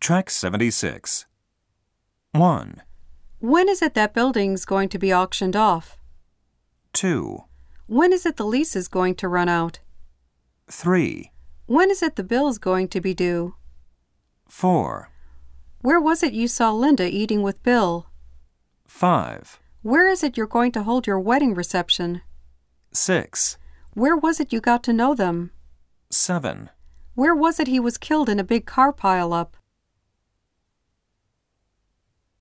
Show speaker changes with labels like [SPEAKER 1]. [SPEAKER 1] Track 76. 1,
[SPEAKER 2] When is it that building's going to be auctioned off?
[SPEAKER 1] 2,
[SPEAKER 2] When is it the lease is going to run out?
[SPEAKER 1] 3,
[SPEAKER 2] When is it the bill's going to be due?
[SPEAKER 1] 4,
[SPEAKER 2] Where was it you saw Linda eating with Bill?
[SPEAKER 1] 5,
[SPEAKER 2] Where is it you're going to hold your wedding reception?
[SPEAKER 1] 6,
[SPEAKER 2] Where was it you got to know them?
[SPEAKER 1] 7,
[SPEAKER 2] Where was it he was killed in a big car pileup?